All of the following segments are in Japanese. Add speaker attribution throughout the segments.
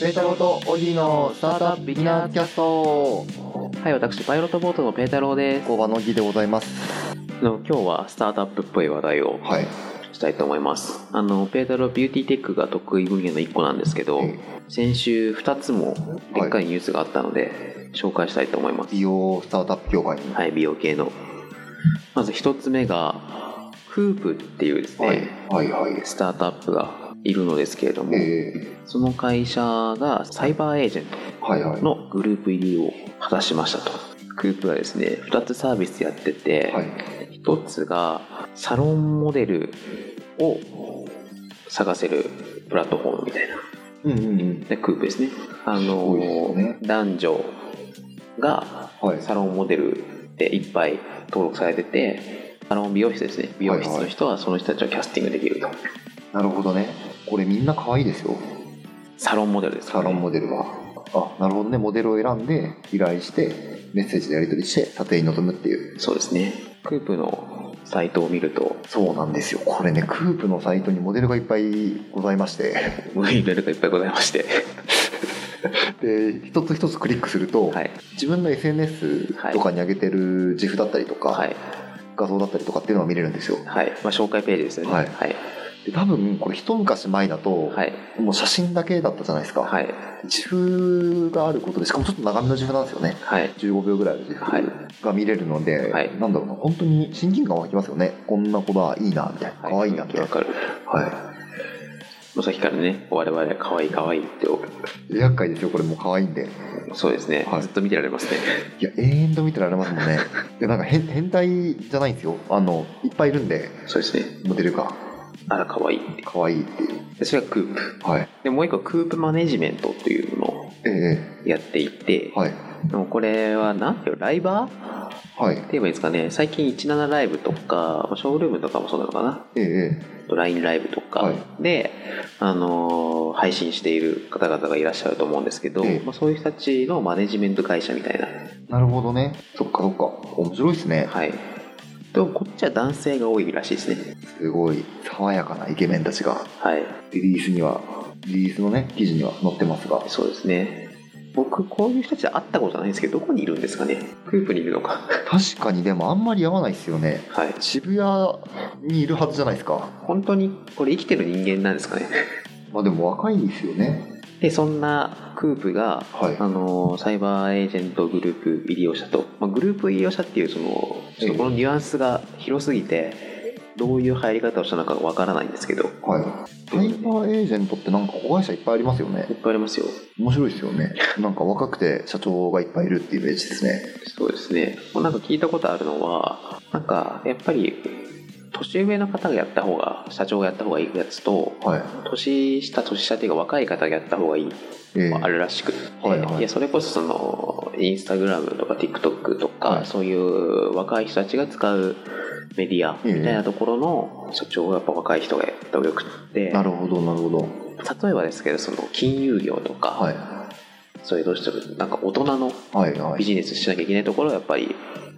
Speaker 1: ペータローとオギーのスタートアップビギナーズキャスト
Speaker 2: はい、私、パイロットボートのペータローです。
Speaker 1: 工場のオギーでございます
Speaker 2: あの今日はスタートアップっぽい話題を
Speaker 1: はい
Speaker 2: したいと思います。あの、ペータロービューティーテックが得意分野の1個なんですけど、
Speaker 1: え
Speaker 2: 先週2つもでっかいニュースがあったので、紹介したいと思います
Speaker 1: 美。容スタートアップ業界
Speaker 2: はい、美容系の。まず1つ目が、フープっていうですね、
Speaker 1: はいはい
Speaker 2: スタートアップがいるのですけれども、
Speaker 1: え
Speaker 2: その会社がサイバーエージェント
Speaker 1: ー、はいはい
Speaker 2: のグループ入りを果たしましたと。グループがですね、2つサービスやってて、
Speaker 1: はい
Speaker 2: 一つがサロンモデルを探せるプラットフォームみたいな
Speaker 1: うんうんうん
Speaker 2: でクープですねあ
Speaker 1: ご
Speaker 2: の
Speaker 1: いですね
Speaker 2: 男女が
Speaker 1: はい
Speaker 2: サロンモデルでいっぱい登録されててサロン美容室ですね美容室の人はその人たちをキャスティングできると
Speaker 1: なるほどねこれみんな可愛いですよ
Speaker 2: サロンモデルです
Speaker 1: サ
Speaker 2: か
Speaker 1: ロ
Speaker 2: ら
Speaker 1: ンモデルはあなるほどねモデルを選んで依頼してメッセージでやり取りして査定に臨むっていう
Speaker 2: そうですねクープのサイトを見ると
Speaker 1: そうなんですよこれねクープのサイトにモデルがいっぱいございま して
Speaker 2: 無理なるがいっぱいございま して
Speaker 1: で一つ一つクリックすると、
Speaker 2: はい
Speaker 1: 自分の SNS とかに上げてる自負だったりとか、
Speaker 2: はい
Speaker 1: 画像だったりとかっていうのが見れるんですよ
Speaker 2: はい、まあ、紹介ページですよね
Speaker 1: はい
Speaker 2: はい
Speaker 1: で多分これ一昔前だと、
Speaker 2: はい、
Speaker 1: もう写真だけだったじゃないですか、
Speaker 2: はい
Speaker 1: 自負があることでしかもちょっと長めの自負なんですよね
Speaker 2: はい
Speaker 1: 15秒ぐらいの自
Speaker 2: はい
Speaker 1: 負が見れるので、
Speaker 2: はい
Speaker 1: なんだろうな本当に親近感湧きますよねこんな子だいいなみたいな可愛いなみたい
Speaker 2: わ
Speaker 1: な、
Speaker 2: かる。
Speaker 1: は
Speaker 2: もうさっきからね、我々は可愛い可愛いって、
Speaker 1: い、厄介ですよこれもう可愛いんで
Speaker 2: そうですね、
Speaker 1: はい
Speaker 2: ずっと見てられますね。
Speaker 1: いや永遠と見てられますもんねでなんか変変態じゃないんですよあのいっぱいいるんで
Speaker 2: そうですね、
Speaker 1: モデルが
Speaker 2: あら可愛いって。
Speaker 1: 可愛いっていう
Speaker 2: でそれがクープ。
Speaker 1: はい
Speaker 2: で、もう一個、クープマネジメントっていうのを
Speaker 1: ええ
Speaker 2: やっていて、
Speaker 1: はい
Speaker 2: でもこれは何ていうのライバーっ
Speaker 1: はい
Speaker 2: て言えばいいですかね、最近17ライブとか、まあショールームとかもそうなのかな、
Speaker 1: ええ
Speaker 2: あと LINE ライブと
Speaker 1: は
Speaker 2: か
Speaker 1: い
Speaker 2: で、あのー配信している方々がいらっしゃると思うんですけど、
Speaker 1: ええ
Speaker 2: まあ、そういう人たちのマネジメント会社みたいな
Speaker 1: なるほどねそっかそっか面白いですね
Speaker 2: はい。でもこっちは男性が多いらしいですね。
Speaker 1: すごい爽やかなイケメンたちが
Speaker 2: はい。
Speaker 1: リリースにはリリースのね記事には載ってますが
Speaker 2: そうですね。僕、こういう人たち会ったことないんですけど、どこにいるんですかね。クープにいるのか。
Speaker 1: 確かにでもあんまり合わないですよね
Speaker 2: はい。
Speaker 1: 渋谷にいるはずじゃないですか
Speaker 2: 本当に、これ生きてる人間なんですかね。
Speaker 1: まあでも若いんですよね
Speaker 2: で、そんなクープが、
Speaker 1: はい
Speaker 2: あのーサイバーエージェントグループ入りをしたと。まあ、グループ入りをしたっていう、その、ちょっとこのニュアンスが広すぎて、どういう入り方をしたのかわからないんですけど、
Speaker 1: はいサイバーエージェントってなんか子会社いっぱいありますよね
Speaker 2: いっぱいありますよ。
Speaker 1: 面白いですよねなんか若くて社長がいっぱいいるっていうイメージですね
Speaker 2: そうですね。もうなんか聞いたことあるのは、なんかやっぱり年上の方がやった方が、社長がやった方がいいやつと、
Speaker 1: はい
Speaker 2: 年下、年下っていうか若い方がやった方がいい
Speaker 1: ええ
Speaker 2: のがあるらしくて、
Speaker 1: はいはい
Speaker 2: やそれこそその、インスタグラムとか TikTok とか、
Speaker 1: はい
Speaker 2: そういう若い人たちが使うメディアみたいなところの社長はやっぱ若い人がやった方がよくって、
Speaker 1: なるほどなるほど
Speaker 2: 例えばですけど、その金融業とか、
Speaker 1: はい
Speaker 2: そういうどうしてもなんか大人の
Speaker 1: はいは
Speaker 2: ビ
Speaker 1: い
Speaker 2: ジネスしなきゃいけないところはやっぱり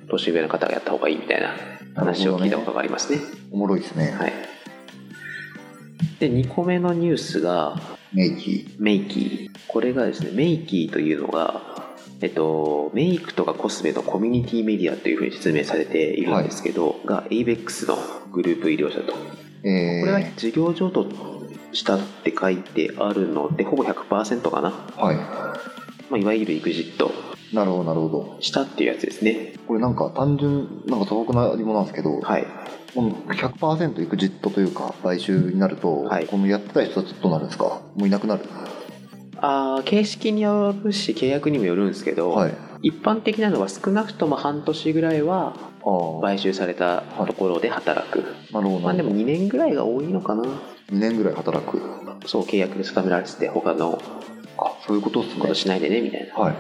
Speaker 2: 年上の方がやった方がいいみたいな話を聞いたことがありますね
Speaker 1: おもろいですね、
Speaker 2: はいで2個目のニュースが
Speaker 1: メイキ
Speaker 2: メイキーこれがですねメイキーというのがえっと、メイクとかコスメのコミュニティメディアというふうに説明されているんですけど、が ABEX のグループ医療者と、
Speaker 1: ーええ
Speaker 2: これが事業譲渡したって書いてあるのでほぼ100%かな、
Speaker 1: は
Speaker 2: まあ、いわゆる EXIT
Speaker 1: いなるほどなるほど
Speaker 2: したっていうやつですね
Speaker 1: これなんか単純なんか素朴な疑問なんですけど、
Speaker 2: はい
Speaker 1: この100%いくジットというか買収になると、
Speaker 2: はい
Speaker 1: このやってた人たちどうなるんですかもういなくなる
Speaker 2: あー形式によるし契約にもよるんですけど、
Speaker 1: はいあ
Speaker 2: 一般的なのは少なくとも半年ぐらいは
Speaker 1: あ
Speaker 2: 買収されたところで働く、
Speaker 1: なるほど
Speaker 2: まあ
Speaker 1: なる
Speaker 2: で
Speaker 1: ほ
Speaker 2: も
Speaker 1: ど
Speaker 2: 2年ぐらいが多いのかな
Speaker 1: 2年ぐらい働く
Speaker 2: そう契約で定められてて他の
Speaker 1: あそういうことっす
Speaker 2: こ
Speaker 1: ね
Speaker 2: としないでねみたいなっ
Speaker 1: はい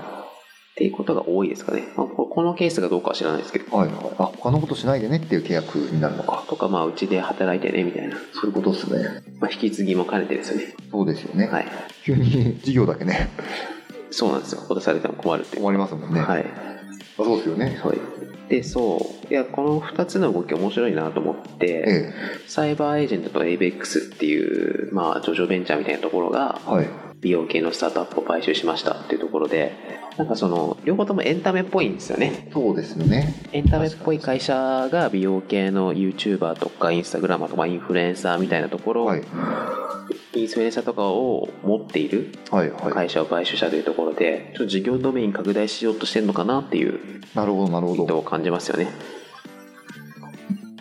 Speaker 2: ていうことが多いですかね、まあ、ここのケースがどうかは知らないですけど
Speaker 1: はいはいあ他のことしないでねっていう契約になるのか
Speaker 2: とかまあうちで働いてねみたいな、
Speaker 1: そういうことっすね
Speaker 2: まあ、引き継ぎも兼ねてですよね
Speaker 1: そうですよね、
Speaker 2: はい
Speaker 1: 急に事業だけね
Speaker 2: そうなんですよ落とされても困るっていう
Speaker 1: 終わりますもんね、あ
Speaker 2: はい
Speaker 1: そうですよね
Speaker 2: はいでそういやこの2つの動き面白いなと思って、
Speaker 1: え
Speaker 2: サイバーエージェントと ABEX っていう、まあ、上場ベンチャーみたいなところが
Speaker 1: えはい
Speaker 2: 美容系のスタートアップを買収しましたっていうところでなんかその両方ともエンタメっぽいんですよね
Speaker 1: そうですよね
Speaker 2: エンタメっぽい会社が美容系の YouTuber とかインスタグラマーとかインフルエンサーみたいなところ、
Speaker 1: はい
Speaker 2: インフルエンサーとかを持っている
Speaker 1: はいはい
Speaker 2: 会社を買収したというところでちょっと事業ドメイン拡大しようとしてるのかなっていう
Speaker 1: なるほどなる
Speaker 2: 意
Speaker 1: ほ
Speaker 2: 図
Speaker 1: ど
Speaker 2: を感じますよね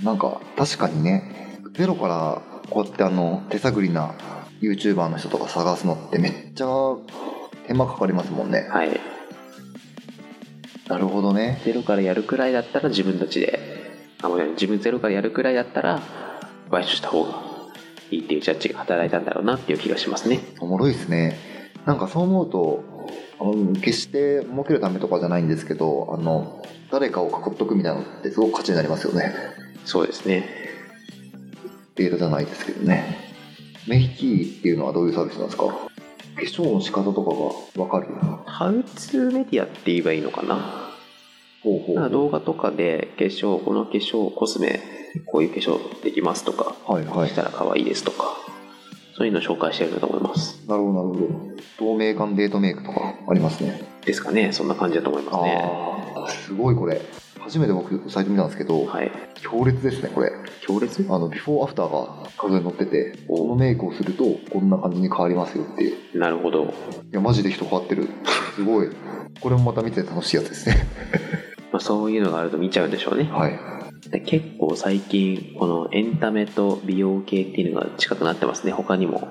Speaker 1: なんか確かにねゼロからこうやってあの手探りな YouTuber の人とか探すのってめっちゃ手間かかりますもんね
Speaker 2: はい
Speaker 1: なるほどね
Speaker 2: ゼロからやるくらいだったら自分たちであごめん自分ゼロからやるくらいだったら買収した方がいいっていうジャッジが働いたんだろうなっていう気がしますね
Speaker 1: おもろいですねなんかそう思うとあの決して儲けるためとかじゃないんですけどあの誰かを囲っとくみたいなのってすごく価値になりますよね
Speaker 2: そうですね
Speaker 1: データじゃないですけどねメイキーっていうのはどういうサービスなんですか化粧の仕方とかが分かる
Speaker 2: ハウツーメディアって言えばいいのかな
Speaker 1: 方法
Speaker 2: なんか動画とかで化粧この化粧コスメこういう化粧できますとか
Speaker 1: はいはい
Speaker 2: したら可愛いですとかそういうのを紹介してると思います
Speaker 1: なるほどなるほど透明感デートメイクとかありますね
Speaker 2: ですかねそんな感じだと思いますね
Speaker 1: ああすごいこれ初めて僕サイト見たんですけど、
Speaker 2: はい
Speaker 1: 強烈ですねこれ
Speaker 2: 強烈
Speaker 1: あのビフォーアフターが画像に載ってて
Speaker 2: お
Speaker 1: このメイクをするとこんな感じに変わりますよっていうい
Speaker 2: なるほど、
Speaker 1: やマジで人変わってるすごいこれもまた見てて楽しいやつですね
Speaker 2: まあ、そういうのがあると見ちゃうんでしょうね
Speaker 1: はい
Speaker 2: で結構最近このエンタメと美容系っていうのが近くなってますね他にも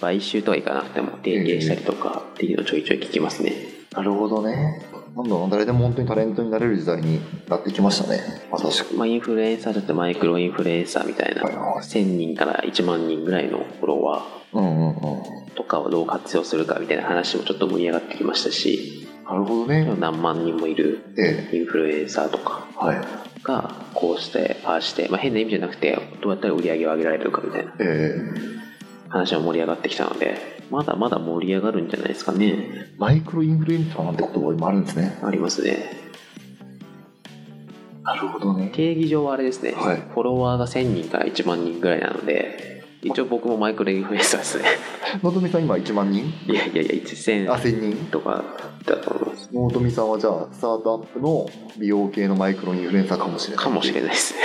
Speaker 2: 買収とはいかなくても提携したりとかっていうのをちょいちょい聞きますね、
Speaker 1: なるほどねなんだろうな誰でも本当にタレントになれる時代になってきましたねまさしく
Speaker 2: まあ、インフルエンサーだってマイクロインフルエンサーみたいな
Speaker 1: はいはい
Speaker 2: 1000人から1万人ぐらいのフォロワ
Speaker 1: うんうんうん
Speaker 2: ーとかをどう活用するかみたいな話もちょっと盛り上がってきましたし
Speaker 1: なるほどね
Speaker 2: 何万人もいる
Speaker 1: ええ
Speaker 2: インフルエンサーとか
Speaker 1: はい
Speaker 2: がこうしてああして、まあ、変な意味じゃなくてどうやったら売り上げを上げられるかみたいな
Speaker 1: ええ
Speaker 2: 話は盛り上がってきたのでまだまだ盛り上がるんじゃないですかね
Speaker 1: マイクロインフルエンサーなんて言葉今あるんですね
Speaker 2: ありますね
Speaker 1: なるほどね
Speaker 2: 定義上はあれですね、
Speaker 1: はい
Speaker 2: フォロワーが1000人から1万人ぐらいなので一応僕もマイクロインフルエンサーですね
Speaker 1: のぞみさん今1万人
Speaker 2: いやいやいや1000
Speaker 1: あ1000人
Speaker 2: とかだと思います
Speaker 1: のぞみさんはじゃあスタートアップの美容系のマイクロインフルエンサーかもしれない
Speaker 2: かもしれないですね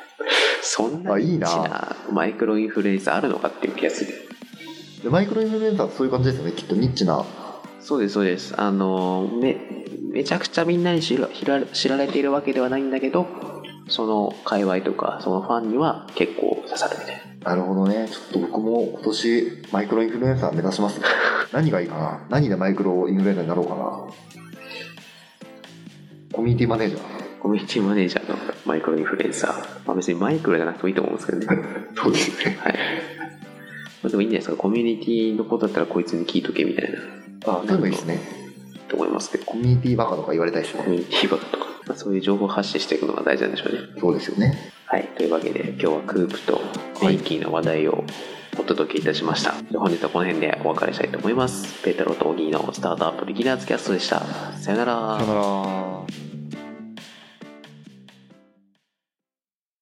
Speaker 2: そんな
Speaker 1: あいい
Speaker 2: ニッ
Speaker 1: な
Speaker 2: チなマイクロインフルエンサーあるのかっていう気がする
Speaker 1: でマイクロインフルエンサーってそういう感じですよねきっとニッチな
Speaker 2: そうですそうですあのめめちゃくちゃみんなに知ら知ら知られているわけではないんだけどその界隈とかそのファンには結構刺さるみたいな
Speaker 1: なるほどねちょっと僕も今年マイクロインフルエンサー目指し ます何がいいかな何でマイクロインフルエンサーになろうかなコミュニティマネージャー
Speaker 2: コミュニティマネージャーのマイクロインフルエンサー、まあ、別にマイクロじゃなくてもいいと思うんですけどね
Speaker 1: そうですね
Speaker 2: はいまあでもいいんじゃないですかコミュニティのことだったらこいつに聞いとけみたいな
Speaker 1: あそういうのいいですね
Speaker 2: と思いますけど
Speaker 1: コミュニティバカとか言われたいです
Speaker 2: コ
Speaker 1: ね
Speaker 2: ミュニティバカとか、まあ、そういう情報発信していくのが大事なんでしょうね
Speaker 1: そうですよね
Speaker 2: はい、というわけで今日はクープとメイキーの話題をお届けいたしました、本日はこの辺でお別れしたいと思いますペータローとオギーのスタートアップビギナーズキャストでしたさよなら
Speaker 1: さよなら